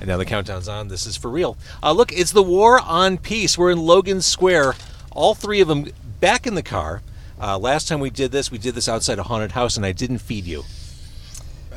And now the countdown's on. This is for real. Uh, look, it's the War on Peace. We're in Logan Square. All three of them back in the car. Uh, last time we did this, we did this outside a haunted house, and I didn't feed you.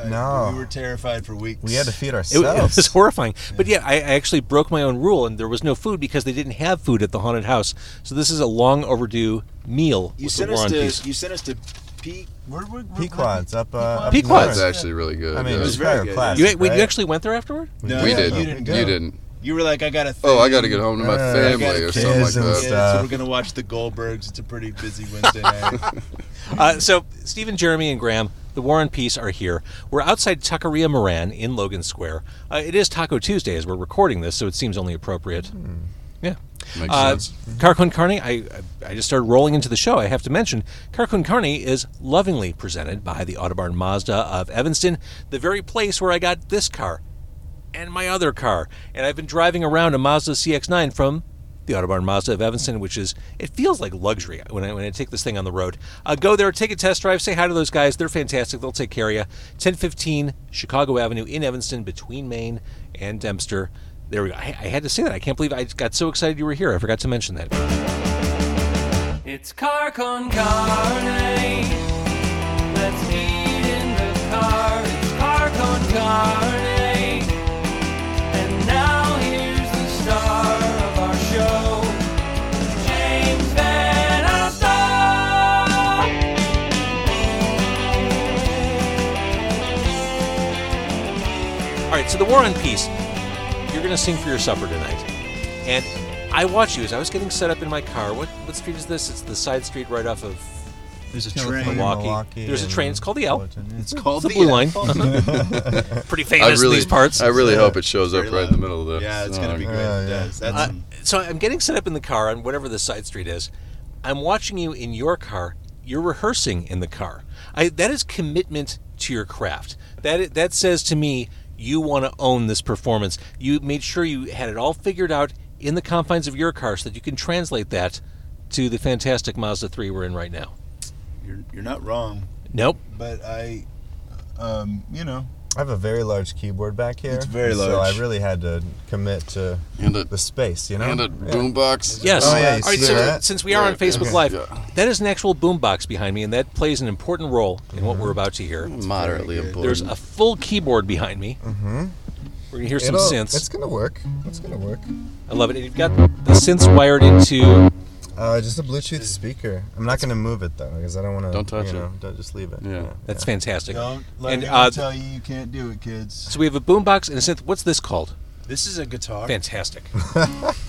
No. Uh, We were terrified for weeks. We had to feed It, it ourselves. was horrifying. But yeah, I, I actually broke my own rule, and there was no food because they didn't have food at the haunted house. So this is a long overdue meal You with sent the War us on to. Peace. You sent us to. P. Where, where, where, Pequods up. Uh, Pequods. up north. That's actually really good. I mean, yeah. it was was very very good. classic. You, a- wait, right? you actually went there afterward? No, we no, did. You didn't go. You didn't. You were like, I got a. Thing. Oh, I got to get home to my Uh, I I got family a or thing. something like kids and that. stuff. Yeah, so we're gonna watch the Goldbergs. It's a pretty busy Wednesday night. Uh, so, Stephen, Jeremy, and Graham, the War and Peace are here. We're outside Taqueria Moran in Logan Square. Uh, it is Taco Tuesday as we're recording this, so it seems only appropriate. Yeah. Hmm. Makes Uh, sense. Carquin Carney, I, I just started rolling into the show. I have to mention, Carquin Carney is lovingly presented by the Audubon Mazda of Evanston, the very place where I got this car and my other car. And I've been driving around a Mazda CX9 from the Autobahn Mazda of Evanston, which is, it feels like luxury when I, when I take this thing on the road. Uh, go there, take a test drive, say hi to those guys. They're fantastic. They'll take care of you. 1015 Chicago Avenue in Evanston, between Maine and Dempster. There we go. I, I had to say that. I can't believe I got so excited you were here. I forgot to mention that. It's car con carne. Let's eat in the car. It's car con carne. And now here's the star of our show, James Van Alstyne. All right, so the War on Peace. You're going to sing for your supper tonight. And I watched you as I was getting set up in my car. What what street is this? It's the side street right off of There's a Milwaukee. train. There's a train. It's called the L. It's called It's the blue line. Pretty I famous in really, these parts. I really hope it shows up Very right loud. in the middle of the. Yeah, it's gonna song. be great. Yeah, it Oh, yeah. does. That's. Uh, so I'm getting set up in the car on whatever the side street is. I'm watching you in your car. You're rehearsing in the car. I, that is commitment to your craft. That i- that says to me you want to own this performance. You made sure you had it all figured out in the confines of your car so that you can translate that to the fantastic Mazda 3 we're in right now. you're, you're not wrong, Nope. but I. Um, you know, I have a very large keyboard back here. It's very So large. I really had to commit to And a, the space, you know? and a boombox. Yes. Oh, yeah, you All right, see so that? since we are on Right, yeah. Facebook Okay. Live, Yeah. that is an actual boombox behind me, and that plays an important role in what we're about to hear. Mm-hmm. Moderately important. There's a full keyboard behind me. Mm-hmm. We're gonna hear some It'll- It's synths. gonna work. It's gonna work. I love it. And you've got the synths wired into. Uh, just a Bluetooth speaker. I'm not gonna move it though, because I don't want to. Don't touch you it. know, Don't just leave it. Yeah. That's fantastic. don't let And, me uh, tell you you can't do it, kids. So we have a boombox and a synth. What's this called? This is a guitar. Fantastic.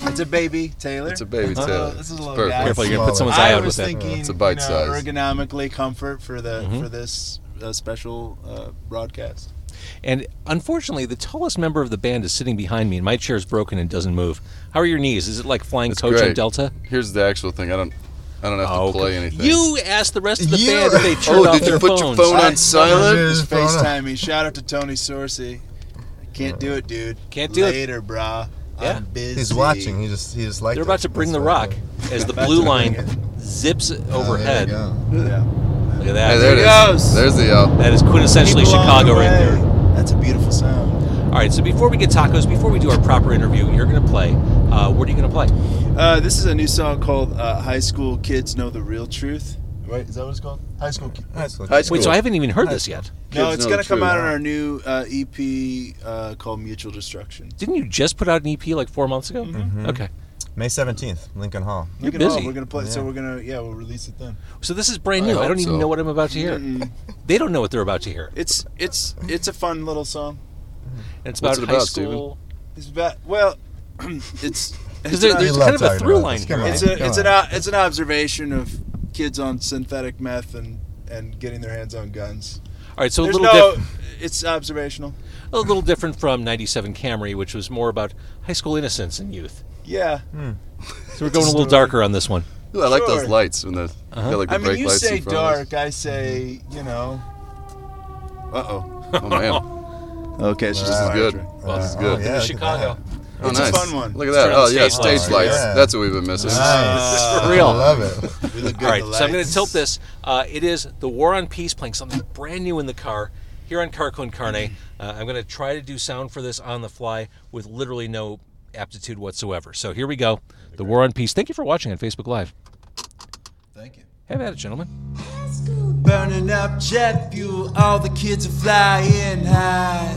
It's a baby Taylor. It's a baby Uh, taylor. this is a It's little perfect. guy. Careful, you're gonna put smaller. someone's eye I out with was that. Mm-hmm. thinking, It's a bite you know, size. ergonomically comfort for the for this uh, special uh, broadcast. And unfortunately, the tallest member of the band is sitting behind me, and my chair's broken and doesn't move. How are your knees? Is it like flying It's coach on great. Delta? Here's the actual thing. I don't. I don't have to play anything. Oh, You asked the rest of the You- band if they turned Oh, off did you their put your phones. phone- Phone on I- silent? Just Phone on- FaceTime me. Shout out to Tony Sorcy. I can't do it, dude. Can't do it. Later, brah. Yeah. I'm busy. He's watching. He just he just liked. They're it. about to bring the That's rock what- as the About blue to line bring zips Oh, there you overhead. go. Yeah. Look at Hey, that. there it There it is. goes. There's the uh, L. that is quintessentially People on Chicago the right way. there. That's a beautiful sound. All right, so before we get tacos, before we do our proper interview, you're going to play. Uh, what are you going to play? Uh, this is a new song called uh, "High School Kids Know the Real Truth." Right? Is that what it's called? High School Kids. That's what- High school. Wait, so I haven't even heard this yet. No, Kids it's Know gonna the come Truth. out on our new uh, EP uh, called Mutual Destruction. Didn't you just put out an EP like four months ago? Mm-hmm. Okay. May 17th, Lincoln Hall. We're You're gonna, busy. we're gonna play, so Yeah. we're gonna yeah, we'll release it then. Mm-hmm. So this is brand I new. I, hope don't even so. know what I'm about to hear. Mm-mm. They don't know what they're about to hear. It's it's it's a fun little song. And it's about What's it high about, Steven? school. It's about well, Because it's it's there- an- there's We kind love of a talking through about line this. here. Come right? it's Right, a it's go an o- it's an observation of kids on synthetic meth and and getting their hands on guns. All right, so a There's little, no, diff- it's observational. a little different from 97 Camry, which was more about high school innocence and youth. Yeah, Hmm. So we're going a little darker on this one. Ooh, I like Sure. those lights when the Uh-huh. got like the I mean, brake you lights say in front dark, I say you know. Uh oh. of us. Oh man, Okay, it's just this is fire good. truck. Well, This is oh, yeah. good. This look is at Chicago. Oh, It's a nice. fun one. Look at that. Turn Oh yeah, stage stage lights. lights. Yeah. That's what we've been missing. Nice. This is for real. Uh, I love it. We look good All right, in the so I'm going to lights. tilt this. Uh, it is the War on Peace playing something brand new in the car. here on Carcon Carne. Uh, I'm going to try to do sound for this on the fly with literally no aptitude whatsoever. So here we go. The War on Peace. Thank you for watching on Facebook Live. Thank you. Have at it, gentlemen. Burning up jet fuel, all the kids are flying high.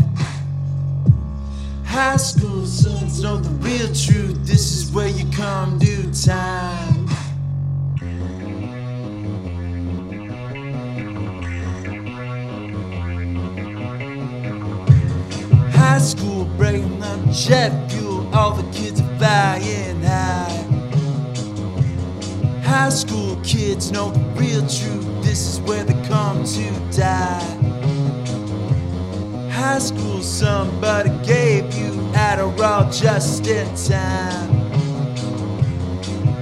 High school sons know the real truth. This is where you come due time. High school burning up jet fuel, all the kids are flying high. High school kids know the real truth. This is where they come to die. High school, somebody gave you Adderall just in time.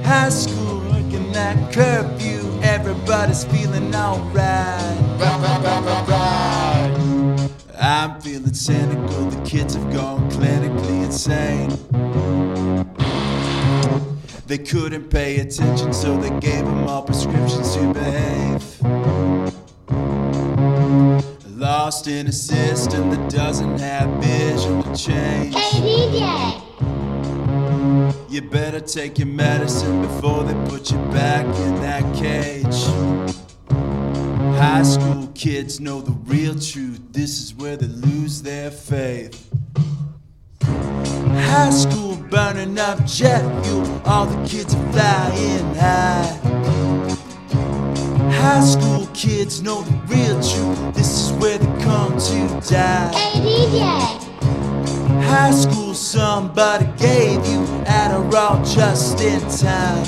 High school, looking at curfew. Everybody's feeling alright. I'm feeling cynical. The kids have gone clinically insane. They couldn't pay attention, so they gave them all prescriptions to behave. Lost in a system that doesn't have vision to change. Hey, DJ! You better take your medicine before they put you back in that cage. High school kids know the real truth. This is where they lose their faith. High school burning up jet fuel. All the kids are flying high. High school kids know the real truth. This is where they come to die. Hey DJ. High school, somebody gave you Adderall just in time.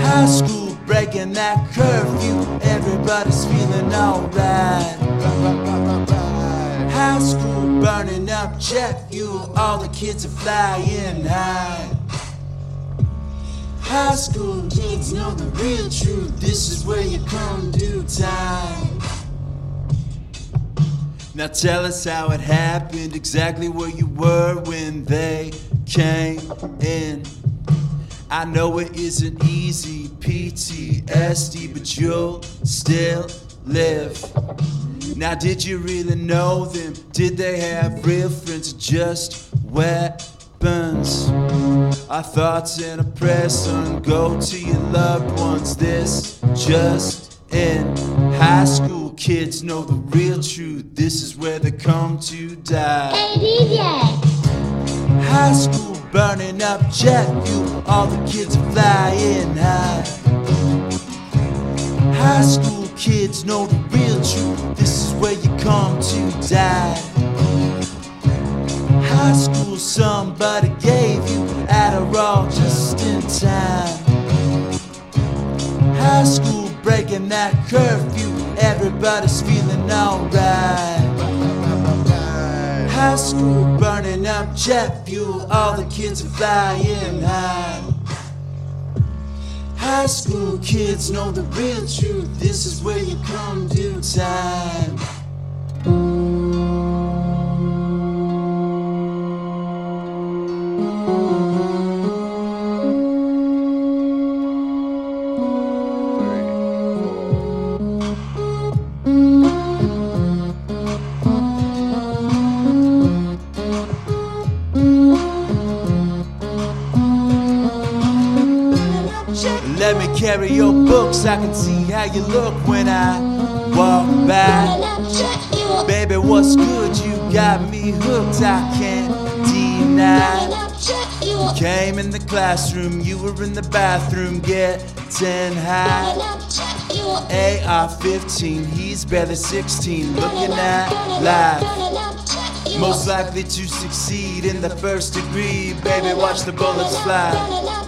High school, breaking that curfew. Everybody's feeling alright. High school burning up jet fuel, all the kids are flying high. High school kids know the real truth, this is where you come due time. Now tell us how it happened, exactly where you were when they came in. I know it isn't easy, PTSD, but you'll still live. Now, did you really know them? Did they have real friends or just weapons? Our thoughts in a press on go to your loved ones. This just in high school, kids know the real truth. This is where they come to die. High school burning up jet fuel, all the kids are flying high. High school kids know the real truth, this is where you come to die. High school, somebody gave you Adderall just in time. High school, breaking that curfew, everybody's feeling alright. High school burning up jet fuel, all the kids are flying high. High school kids know the real truth, this is where you come due time. Let me carry your books, I can see how you look when I walk by. Baby, what's good? You got me hooked, I can't deny. You came in the classroom, you were in the bathroom, getting high. AR 15, he's barely 16, looking at life. Most likely to succeed in the first degree, baby, watch the bullets fly.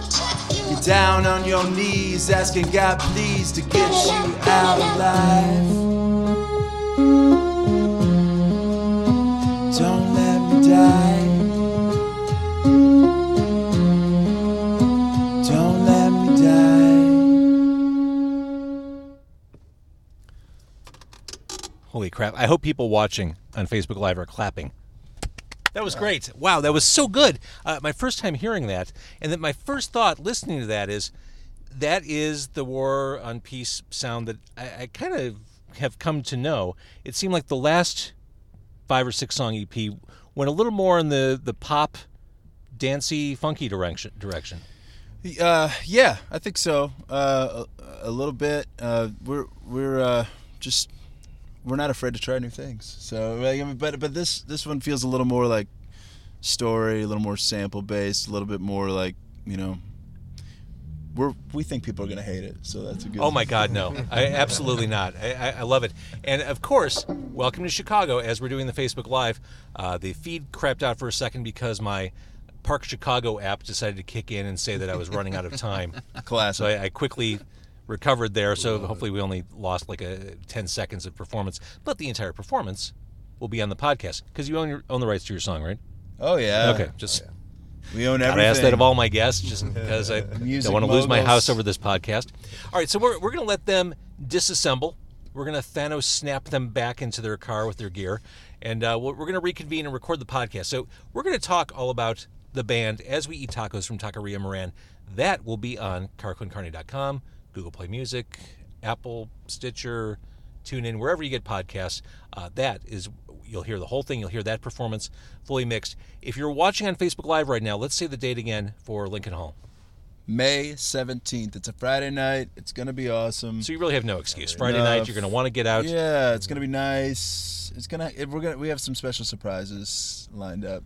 You're down on your knees, asking God please to get you out alive. Don't let me die. Don't let me die. Holy crap. I hope people watching on Facebook Live are clapping. That was great. Wow, that was so good. Uh, my first time hearing that. And then my first thought listening to that is that is the War on Peace sound that I, I kind of have come to know, it seemed like the last five or six song EP went a little more in the the pop, dancey, funky direction. Direction. Uh, yeah, I think so. Uh, a, a little bit. Uh, we're we're uh, just we're not afraid to try new things. So, like, I mean, but but this this one feels a little more like story, a little more sample based, a little bit more like you know. We're we think people are gonna hate it, so that's a good. Oh my God, no! I absolutely not. I, I, I love it, and of course, welcome to Chicago. As we're doing the Facebook Live, uh, the feed crapped out for a second because my Park Chicago app decided to kick in and say that I was running out of time. Classic. So I, I quickly recovered there. So hopefully, we only lost like a ten seconds of performance, but the entire performance will be on the podcast because you own your, own the rights to your song, right? Oh yeah. okay, just. We own Gotta everything. ask that of all my guests, just because I Music don't want to lose my moguls. house over this podcast. All right, so we're, we're going to let them disassemble. We're going to Thanos snap them back into their car with their gear, and uh, we're, we're going to reconvene and record the podcast. So we're going to talk all about the band as we eat tacos from Taqueria Moran. That will be on carquincarney.com, Google Play Music, Apple, Stitcher, TuneIn, wherever you get podcasts. Uh, that is You'll hear the whole thing. You'll hear that performance fully mixed. If you're watching on Facebook Live right now, let's say the date again for Lincoln Hall. May seventeenth. It's a Friday night. It's gonna be awesome. So you really have no excuse. Friday No. night, you're going to want to get out. Yeah, it's gonna be nice. It's gonna. It, we're gonna. We have some special surprises lined up.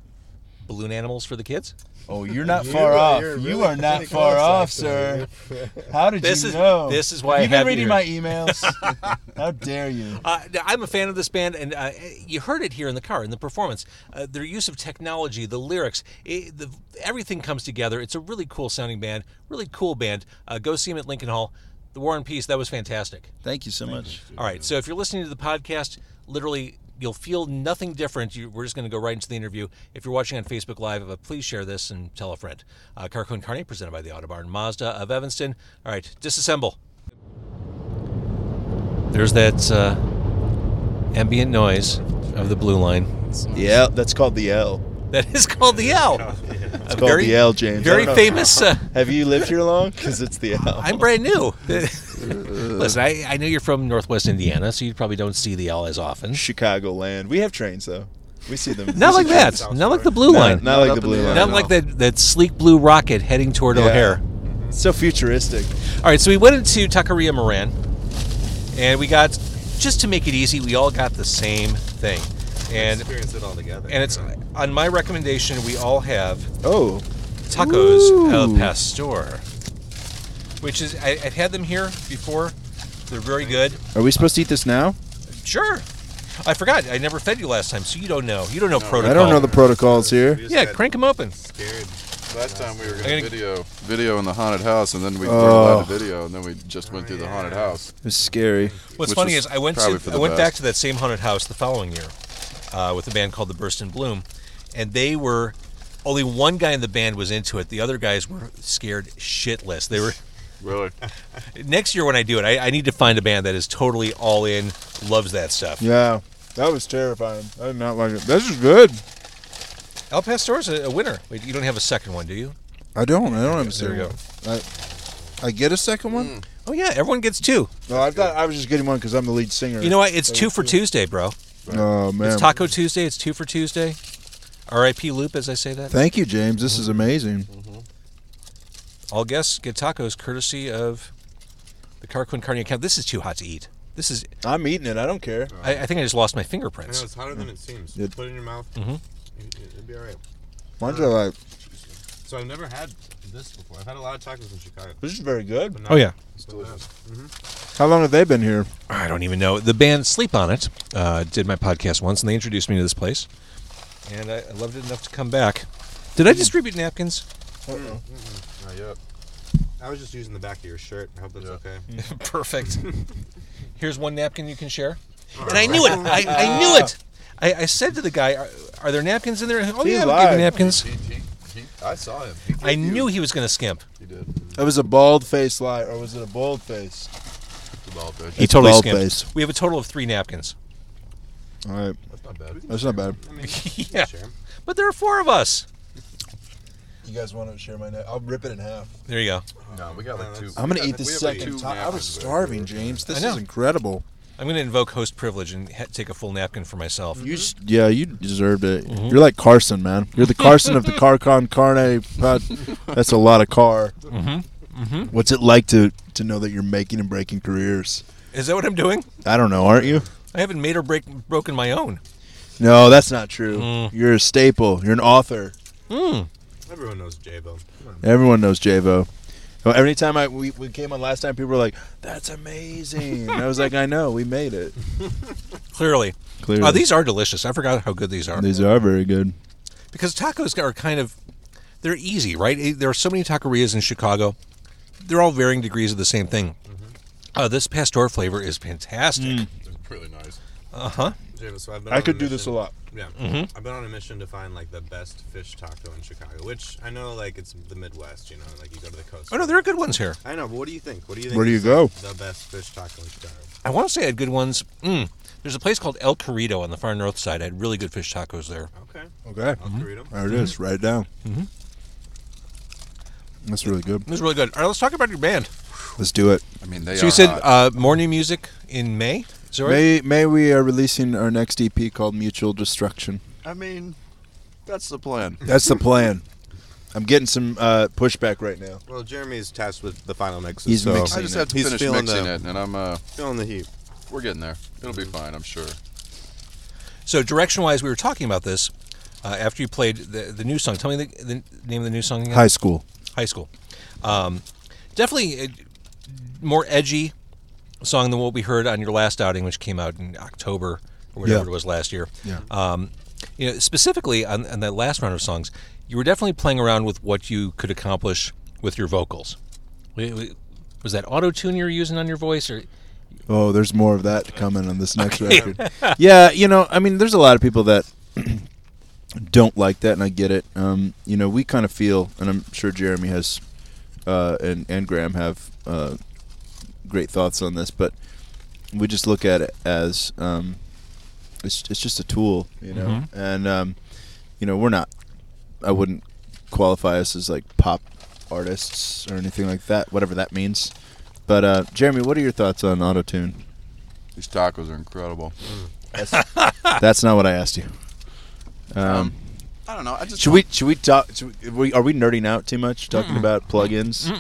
Balloon animals for the kids. Oh, you're not You far are- off. you're you really are not pretty far close, off, sir. actually. How did This you is- know? this is why I you've been have you reading here. my emails. How dare you? Uh, I'm a fan of this band, and uh, you heard it here in the car in the performance. Uh, their use of technology, the lyrics, it, the, everything comes together. It's a really cool sounding band, really cool band. Uh, go see them at Lincoln Hall. The War and Peace. That was fantastic. Thank you so much. All right. So if you're listening to the podcast, literally, you'll feel nothing different. You, we're just going to go right into the interview. If you're watching on Facebook Live, uh, please share this and tell a friend. Uh, Carcoon Carney, presented by the Audubon Mazda of Evanston. All right, disassemble. There's that uh, ambient noise of the blue line. Yeah, that's called the L. That is called the L. It's called the L, James. I Very don't know. famous. Uh, Have you lived here long? Because it's the L. I'm brand new. Listen, I, I know you're from Northwest Indiana, so you probably don't see the L as often. Chicago land. We have trains though. We see them. Not We like see trains. that. Not like the blue Not- line. Not, like the blue line. Not like that, that sleek blue rocket heading toward Yeah. O'Hare. So futuristic. All right, so we went into Taqueria Moran, and we got just to make it easy, we all got the same thing, and Experience it all together. and it's on my recommendation. We all have Oh, tacos El Ooh. Pastor, which is I, I've had them here before. They're very good. are we supposed to eat this now? Sure, I forgot I never fed you last time, so you don't know. You don't know protocol. I don't know the protocols here. We just Yeah, got crank them open. scared. Last time we were gonna gonna video video in the haunted house, and then we were Oh. allowed to video, and then we just went through the haunted house. It's scary. What's which funny was is I went probably to for I the went best. back to that same haunted house the following year uh, with a band called the Burst and Bloom, and they were only one guy in the band was into it. The other guys were scared shitless. They were Really? next year when I do it, I, I need to find a band that is totally all in, loves that stuff. Yeah, that was terrifying. I did not like it. This is good. El Pastor's a, a winner. Wait, you don't have a second one, do you? I don't. I don't have a There second you go. one. I, I get a second one. Oh yeah, everyone gets two. Mm. No, I thought I was just getting one because I'm the lead singer. You know what? It's two for Tuesday, bro. Oh man. It's Taco Tuesday. It's two for Tuesday. R.I.P. Loop, as I say that. Thank you, James. This is amazing. All guests get tacos courtesy of the Carquin Carney account. This is too hot to eat. This is. I'm eating it. I don't care. I, I think I just lost my I know fingerprints. it's hotter than it seems. It- Put it in your mouth. Mhm. It, it'll be all right. Mine's are like So I've never had this before. I've had a lot of tacos in Chicago. this is very good. but not- Oh yeah. It's delicious. How long have they been here? I don't even know. The band Sleep on It uh, did my podcast once, and they introduced me to this place, and I, I loved it enough to come back. Did I distribute napkins? Not yet. I was just using the back of your shirt. I hope that's okay. Mm. Perfect. Here's one napkin you can share. And I knew it. I, I knew it. I, I said to the guy, are, "Are there napkins in there?" Oh He yeah, we gave you lied. napkins. I saw him. I knew he was going to skimp. he did. It was a bald face lie, or was it a bold face? It's about there. He totally bald skimped. face. We have a total of three napkins, All right, That's not bad. that's not bad. I mean, Yeah. Sure. but there are four of us. You guys want to share my neck? I'll rip it in half. There you go. No, we got like two. I'm gonna we eat got- this we have, like, second two time. I was napkins, but- starving, James. This I know. is incredible. I I'm going to invoke host privilege and ha- take a full napkin for myself. You s yeah, you deserved it. Mm-hmm. You're like Carson, man. You're the Carson of the Carcon Carne. Pod. That's a lot of car. Mm-hmm. What's it like to to know that you're making and breaking careers? Is that what I'm doing? I don't know, aren't you? I haven't made or break, broken my own. No, that's not true. Mm. You're a staple. You're an author. Everyone knows J-Bone. Come on. Everyone knows Javo. Well, Every time I we, we came on last time, people were like, "That's amazing." and I was like, "I know, we made it." Clearly. Clearly, Uh, these are delicious. I forgot how good these are. these are very good. because tacos are kind of they're easy, right? Eh, There are so many taquerias in Chicago. They're all varying degrees of the same thing. Uh, this pastor flavor is fantastic. It's really nice. Uh huh. J-Bone, so I've been I on could do this a mission- lot. Yeah, Mm-hmm. I've been on a mission to find like the best fish taco in Chicago, which I know like it's the Midwest, you know, like you go to the coast. Oh no, there are good ones here. I know, but what do you think? What do you think? Where do you is, go? like, the best fish taco in Chicago. I want to say I had good ones. Mm. There's a place called El Corrido on the far north side. I had really good fish tacos there. Okay, Okay, Mm-hmm. I'll read them. there it is. Write it down. That's really good. It was really good. All right, let's talk about your band. Let's do it. I mean, they so are you said hot. uh, more new music in May. Is that right? May May we are releasing our next EP called Mutual Destruction. I mean, that's the plan. That's the plan. I'm getting some uh, pushback right now. Well, Jeremy's tasked with the final mixes, He's so mixing. I just have to He's finish feeling mixing the- it, and I'm uh, feeling the heat. we're getting there. It'll be fine, I'm sure. So direction-wise, we were talking about this uh, after you played the, the new song. Tell me the, the name of the new song again. High school. high school. Um, definitely a more edgy song than what we heard on your last outing, which came out in October or whatever Yeah. it was last year. Yeah. Um, you know, specifically on, on that last round of songs, you were definitely playing around with what you could accomplish with your vocals. W- w- Was that auto tune you were using on your voice, or Oh, there's more of that coming on this next record. yeah, you know, I mean, there's a lot of people that don't like that, and I get it. Um, you know, we kind of feel, and I'm sure Jeremy has, uh, and and Graham have uh, great thoughts on this, but we just look at it as um, it's it's just a tool, you know, and um, you know, we're not. I wouldn't qualify us as like pop artists or anything like that, whatever that means. But uh, Jeremy, what are your thoughts on auto tune? These tacos are incredible. That's not what I asked you. Um, Um, I don't know. I just should we should we talk? Should we, we- are we nerding out too much talking about plugins?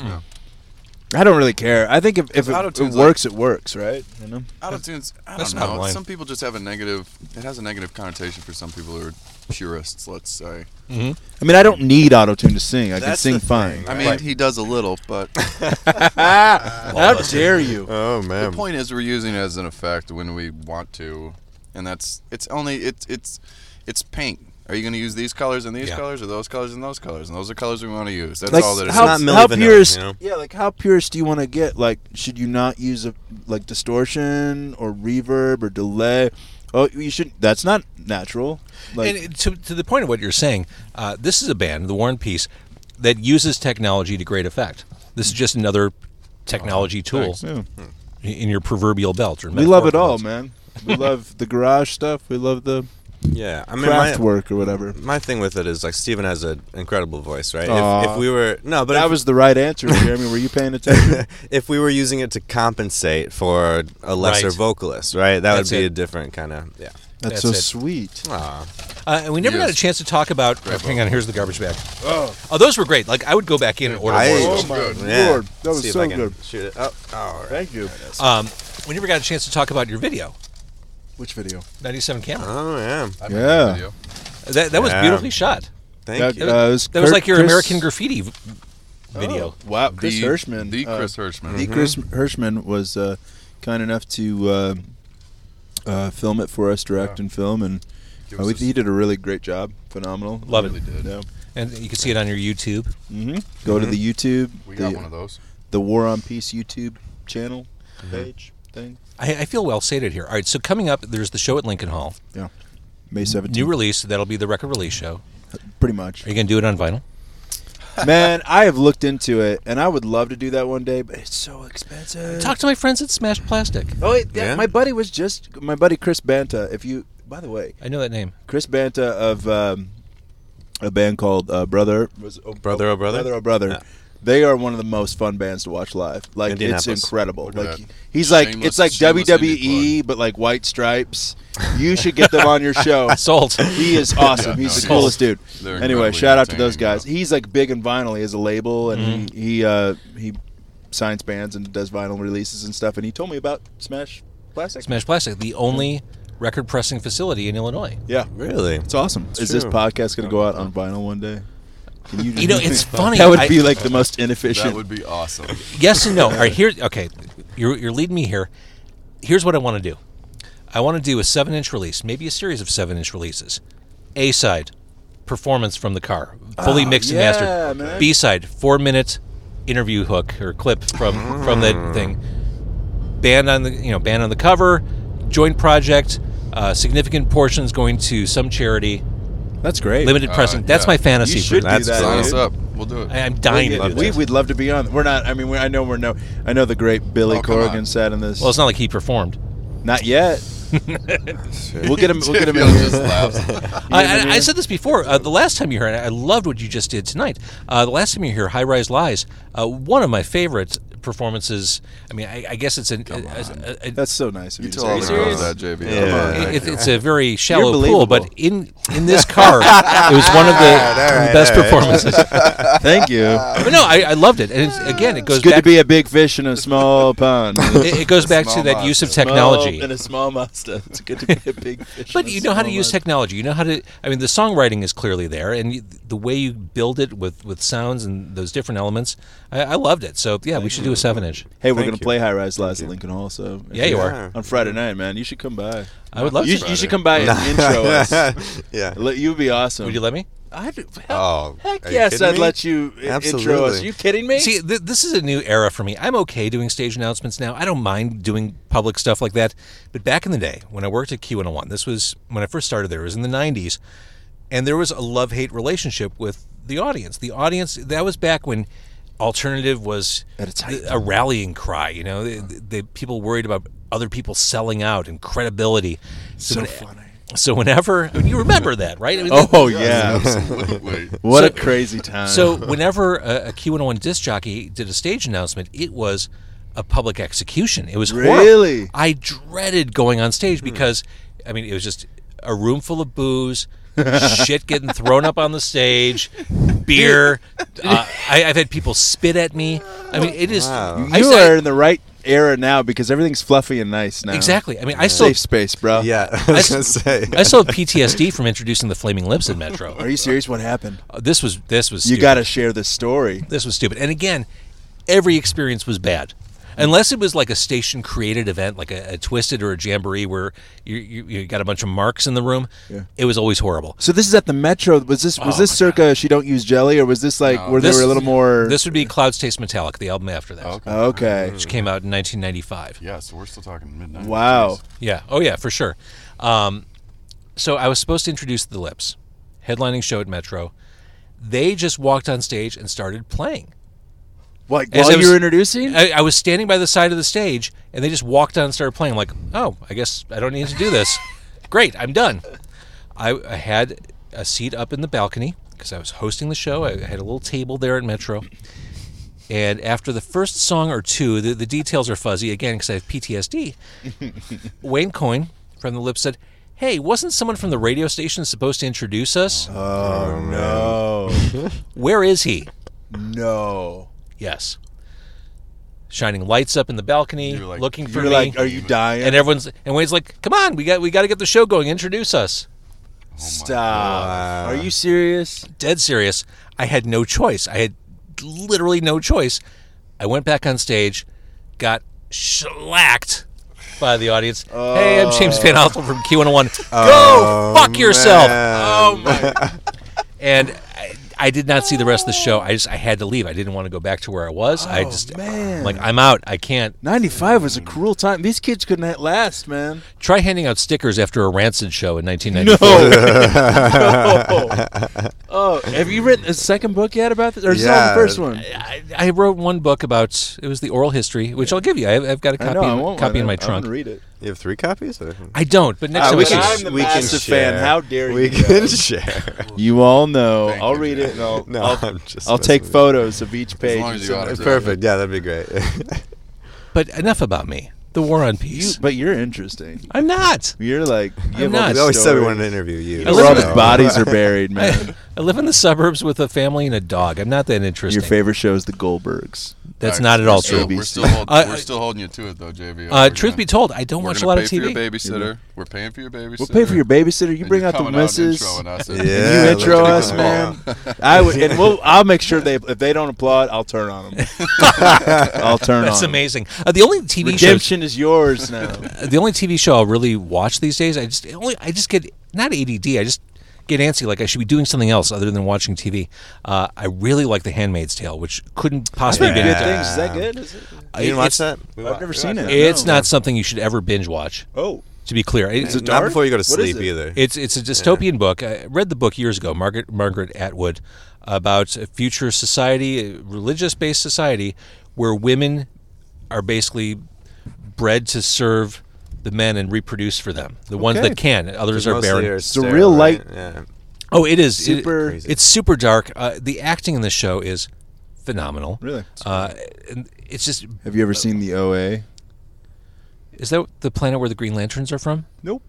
I don't really care. I think if, if it, it Auto-tune's works, it works, right? You know? Out of tunes. I That's don't not know. mine. Some people just have a negative. It has a negative connotation for some people who are purists. Let's say. I mean, I don't need auto tune to sing. I can That's sing the fine. thing, I right? mean, he does a little, but Ah! uh, How dare you? Oh the man, point is, we're using it as an effect when we want to, and that's it's only it's it's it's paint. Are you going to use these colors and these Yeah. colors, or those colors and those colors, and those are colors we want to use? That's Like all that it is. how, It's not how Milli Vanilli, purist? you know? Yeah, like how purist do you want to get? Like, should you not use a like distortion or reverb or delay? Oh, you should. That's not natural. Like, and to, to the point of what you're saying, uh, this is a band, the War and Peace, that uses technology to great effect. This is just another technology tool yeah. in your proverbial belt. Or Oh, we love it metaphorical all, belt. man. We love the garage stuff. We love the yeah. I mean, craft my, work or whatever. my thing with it is like Steven has an incredible voice, right? If, Aw. if we were no, but That if, was the right answer, Jeremy. Were you paying attention? if we were using it to compensate for a lesser Right. vocalist, right? That That's would be it. a different kind of yeah. That's That's, so it. sweet. Aw. Uh, and we never got Yes. a chance to talk about. hang on, here's the garbage bag. Oh. those were great. Like I would go back in and order I- more. of Oh those. my Good. Yeah. lord, that was See if so I can good. Shoot it. Oh, all right. Thank you. Uh, Um, we never got a chance to talk about your video, Which video? 97 camera. Oh yeah. I made Yeah. the video. That, that was Yeah. beautifully shot. Thank That- you. uh, it was That was Kurt- like your Chris- Oh. American graffiti v- video. Wow, Chris the, Hirschman. The uh, Chris Hirschman. The Chris Hirschman was uh, kind enough to uh, uh, film it for us, direct and film, and Give uh, us we, a- he did a really great job. Phenomenal. Love Really it. did. Yeah. And you can see it on your YouTube. hmm Go to the YouTube, We got one of the, those. the War on Peace YouTube channel page thing. I, I feel well sated here. All right, so coming up, there's the show at Lincoln Hall. Yeah, May seventeenth. New release, that'll be the record release show. pretty much. Are you going to do it on vinyl? Man, I have looked into it, and I would love to do that one day, but it's so expensive. Talk to my friends at Smash Plastic. oh, wait, that- Yeah. my buddy was just my buddy Chris Banta. If you, by the way, I know that name. Chris Banta of um, a band called uh, Brother was oh, Brother, Oh Brother? Brother Oh Brother. Yeah. They are one of the most fun bands to watch live. Like it's Indianapolis. incredible. at Like that. he's like Shameless- it's like shameless indie WWE, but like white stripes. You should get them on your show. Sold. He is awesome. Yeah, no, He's the he's- coolest dude. they're Anyway, incredibly shout out to those entertaining, Mm-hmm. guys. He's like big in vinyl. He has a label and he he uh, he signs bands and does vinyl releases and stuff. And he told me about Smash Plastic. Smash Plastic, the only record pressing facility in Illinois. Yeah, Really? it's awesome. is this true. podcast going to go out on vinyl one day? Can You know, it's funny. That would I- be like the most That inefficient. would be awesome. yes and no. All right, here. Okay, you're, you're leading me here. Here's what I want to do. I want to do a seven-inch release, maybe a series of seven-inch releases. A side, performance from the car, fully mixed Ah, yeah, and mastered. man. B side, four-minute interview hook or clip from from Mm. that thing. Band on the you know band on the cover, joint project. Uh, significant portions going to some charity, That's great. limited Uh, present. That's yeah. my fantasy. You for- should do That's that. Sign us dude. up. We'll do it. I, I'm dying We, to do we, that. would love to be on. We're not. I mean, we, I know we're no. I know the great Billy Oh, come Corrigan on. sat in this. Well, it's not like he performed. not yet. we'll get him. We'll get him Bill in just here. laughs. I, I, I said this before. Uh, the last time you were here, and I loved what you just did tonight. Uh, the last time you were here, High Rise Lies, uh, one of my favorite performances. I mean, I, I guess it's an. a- a- a- That's so nice of you. to Tell say all the that. girls that, JB. Come on. it- thank it's- you. it's a very shallow pool, believable. but in in this car, it was one of the best performances. Thank you. It's But no, I, I loved it, and it's, again, it goes good to back. be a big fish in a small pond. it, it goes back to Small that use of Small technology. and a small master. It's good to be a big fish. But in a you know how to small use master. technology. You know how to. I mean, the songwriting is clearly there, and you, the way you build it with with sounds and those different elements, I, I loved it. So yeah, we should do a seven inch. Hey, we're Thank gonna you. play High Rise Lies at Lincoln Hall. So if Yeah, you you're- are. Yeah. on Friday night, man. You should come by. I would love You, to. you should come by and intro us. yeah. Let- You'd be awesome. Would you let me? I'd, Oh, heck are you yes, kidding I'd me? let you i- intro us. Absolutely. Are you kidding me? See, th- this is a new era for me. I'm okay doing stage announcements now. I don't mind doing public stuff like that. But back in the day, when I worked at Q101, this was when I first started there, it was in the 90s. And there was a love hate relationship with the audience. The audience, that was back when alternative was At its height. a rallying cry. You know, the, the, the people worried about other people selling out and credibility. So, when- So whenever I mean, you remember that, right? I mean, that- oh yeah, Absolutely. what So- a crazy time. so whenever a, a Q101 disc jockey did a stage announcement, it was a public execution. It was horrible. Really? Hmm. I dreaded going on stage because, I mean, it was just a room full of booze, shit getting thrown up on the stage, beer. Uh, I, I've had people spit at me. I mean, it is. Wow. I, you I- are in the right era now because everything's fluffy and nice now. exactly. I mean, I still, Safe space, bro. Yeah, uh, I was I gonna s- say. I still have PTSD from introducing the Flaming Lips in Metro. Are you serious? What happened? Uh, This was this was. You stupid. got to share this story. this was stupid. And again, every experience was bad. Unless it was like a station created event, like a, a twisted or a jamboree, where you, you, you got a bunch of marks in the room, it was always horrible. So this is at the Metro. Was this was Oh, this my circa? She don't use jelly, or was this like where This- they were a little more? This Mm. would be Clouds Taste Metallic, the album after that, Okay. okay. which came out in 1995. Yeah, so we're still talking midnight. Wow. Yeah. Oh, yeah, for sure. Um, so I was supposed to introduce the Lips, headlining show at Metro. They just walked on stage and started playing. Like As while I was- you were introducing? I, I was standing by the side of the stage, and they just walked down and started playing. I'm like, oh, I guess I don't need to do this. Great, I'm done. I, I had a seat up in the balcony because I was hosting the show. I had a little table there at Metro. And after the first song or two, the, the details are fuzzy again because I have PTSD. Wayne Coyne from The Lips said, Hey, wasn't someone from the radio station supposed to introduce us? oh Where is he? no! Yes. Shining lights up in the balcony, You're like- looking for You're me. like, oh, are you dying? and everyone's and Wayne's like, "Come on, we got we got to get the show going. Introduce us." Stop. Are you serious? Dead serious. I had no choice. I had literally no choice. I went back on stage, got shellacked by the audience. hey, I'm James Oh. Van Altel from Q101. Go fuck yourself. Oh my. and I, I did not see the rest of the show. I just I had to leave. I didn't want to go back to where I was. I just Oh, man. like I'm out. I can't. Ninety-five was a cruel time. These kids couldn't ha- last, man. Try handing out stickers after a Rancid show in 1994. oh. oh, have you written a second book yet about this, or is it on Yeah. the first one? I, I wrote one book about it was the oral history, which I'll give you. I've, I've got a copy, I know, I in- want copy one. in my I'm- I'm trunk. gonna read it. You have three copies? Or? I don't, but next Ah, time we I can see- sh- I'm the we can massive fan. share. How dare We you? can share. You all know. Thank I'll you, read Jack. it and I'll, No, I'll, I'm just. I'll take messing photos of each As page. long as you with you. autograph it. Perfect. Yeah, that'd be great. but enough about me. The war on peace. But you're interesting. I'm not. You're like you have all not. these we always said we stories. wanted to interview you. I You know where all Elizabeth- the bodies are buried, man. I, I live in the suburbs with a family and a dog. I'm not that interesting. Your favorite show is The Goldbergs. That's Alright, not at all we're still- true. baby. We're still, hold, Uh, we're still holding you to it, though, JV. Uh, truth be told, I don't we're watch a gonna lot pay of For TV. your babysitter. We're paying for your babysitter. We'll pay for your babysitter. You And bring you're out the coming out and missus. introing us. Yeah, you let's intro go. us, Yeah. man. I would, and we'll. I'll make sure they if they don't applaud, I'll turn on them. I'll turn That's on 'em. amazing. Uh, the only TV show, Redemption is yours now. uh, the only TV show I'll really watch these days, I just only I just get not ADD. I just get antsy, like I should be doing something else other than watching TV. Uh, I really like The Handmaid's Tale, which couldn't possibly Good be. Yeah. things. Is that good? Is it? uh, You didn't watch it's- that? I've never seen it. It's No. not something you should ever binge watch. Oh, To be clear, it's it Not dark? before you go to What is sleep it? either. It's it's a dystopian book. I read the book years ago, Margaret Margaret Atwood, about a future society, religious based society, where women are basically bred to serve the men and reproduce for them. The ones Okay. that can, others are Mostly barren. they're a sterile, real right? light- Yeah. oh, it is It- Super- Crazy. it's super dark. Uh, the acting in this show is phenomenal. Really? Uh, and it's just Have you ever seen the OA? is that the planet where the Green Lanterns are from? Nope.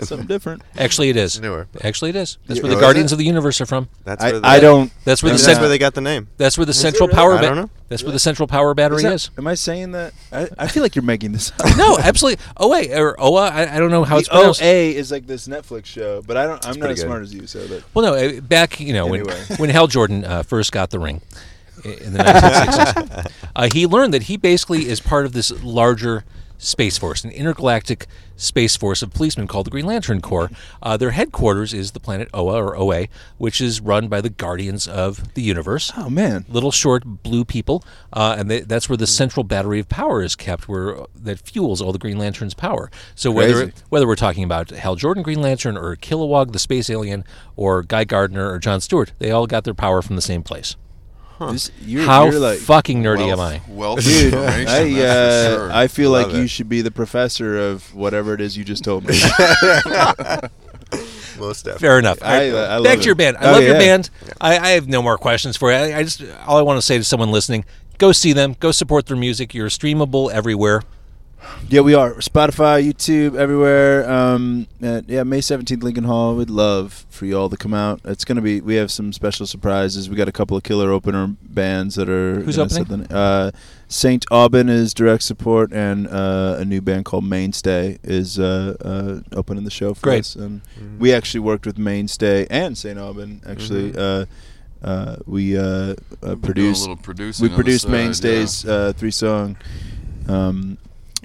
Something different. Actually, it is. Newer. Actually, it is. That's Yeah. where Oh, the is Guardians it? of the Universe are from. That's I, where the, I don't. That's where Maybe the that's cent- where they got the name. That's where the central power. I ba- don't know. That's where the central power battery Is is. that- am I saying that? I, I feel like you're making this up. no, absolutely. OA or OA. I, I don't know how it's the OA pronounced. is like this Netflix show, but I don't. I'm not pretty as good. smart as you, so that Well, no, uh, back you know Anyway. when when Hal Jordan uh, first got the ring i- in the 1960s, uh, he learned that he basically is part of this larger space force, an intergalactic space force of policemen called the Green Lantern Corps. Uh, their headquarters is the planet OA or OA, which is run by the Guardians of the Universe. Oh man, little short blue people, uh, and they, that's where the Hmm. central battery of power is kept, where uh, that fuels all the Green Lantern's power. So whether Crazy. whether we're talking about Hal Jordan Green Lantern or Kilowog the space alien or Guy Gardner or John Stewart, they all got their power from the same place. This- you're, How you're like, fucking nerdy Wealth, am I? Wealth dude. information, I that's uh, for sure. I feel Love like you it. should be the professor of whatever it is you just told me. Most definitely. Fair enough. I- All I- I love back it. to your band. I Oh, love your yeah. band. I, I have no more questions for you. I, I just all I want to say to someone listening: go see them, go support their music. You're streamable everywhere. yeah, we are Spotify, YouTube, everywhere. Um, uh, yeah, May seventeenth, Lincoln Hall. We'd love for you all to come out. It's gonna be. We have some special surprises. We got a couple of killer opener bands that are. Who's gonna set opening? the- uh, Saint Aubin is direct support, and uh, a new band called Mainstay is uh, uh, opening the show for Great. us. And we actually worked with Mainstay and Saint Aubin. Actually, uh, uh, we uh, uh, Doing a produced little producing we on the produced side, Mainstays uh, three song um,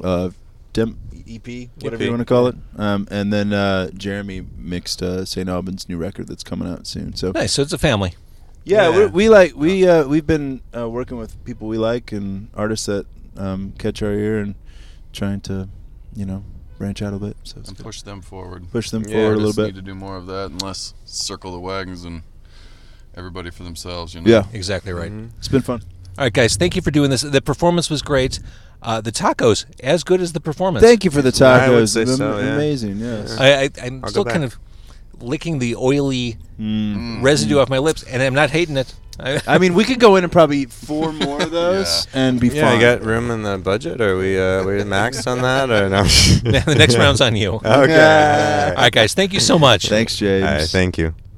uh, dem- EP, whatever E you want to call it. Um, and then uh, Jeremy mixed uh, St. Albans new record that's coming out soon. So Nice. So it's a family. yeah, Yeah. we we like we uh, we've been uh, working with people we like and artists that um, catch our ear and trying to you know branch out a bit. So it's And good. push them forward. push them Yeah, forward a just little Need to bit. do more of that, and less circle the wagons and everybody for themselves. You know. Yeah, Exactly right. it's been fun. All right, guys, thank you for doing this. The performance was great. Uh, the tacos, as good as the performance. Thank you for the tacos. I would say Am- so, yeah. Amazing. Yes. I, I, I'm I'll still go kind back. of licking the oily Mm. residue off my lips, and I'm not hating it. I, I mean, we could go in and probably eat four more of those and be Yeah, fine. you got room in the budget? Are we uh, we maxed on that or no? the next round's on you. All Okay. right, guys, thank you so much. Thanks, James. All right, thank you.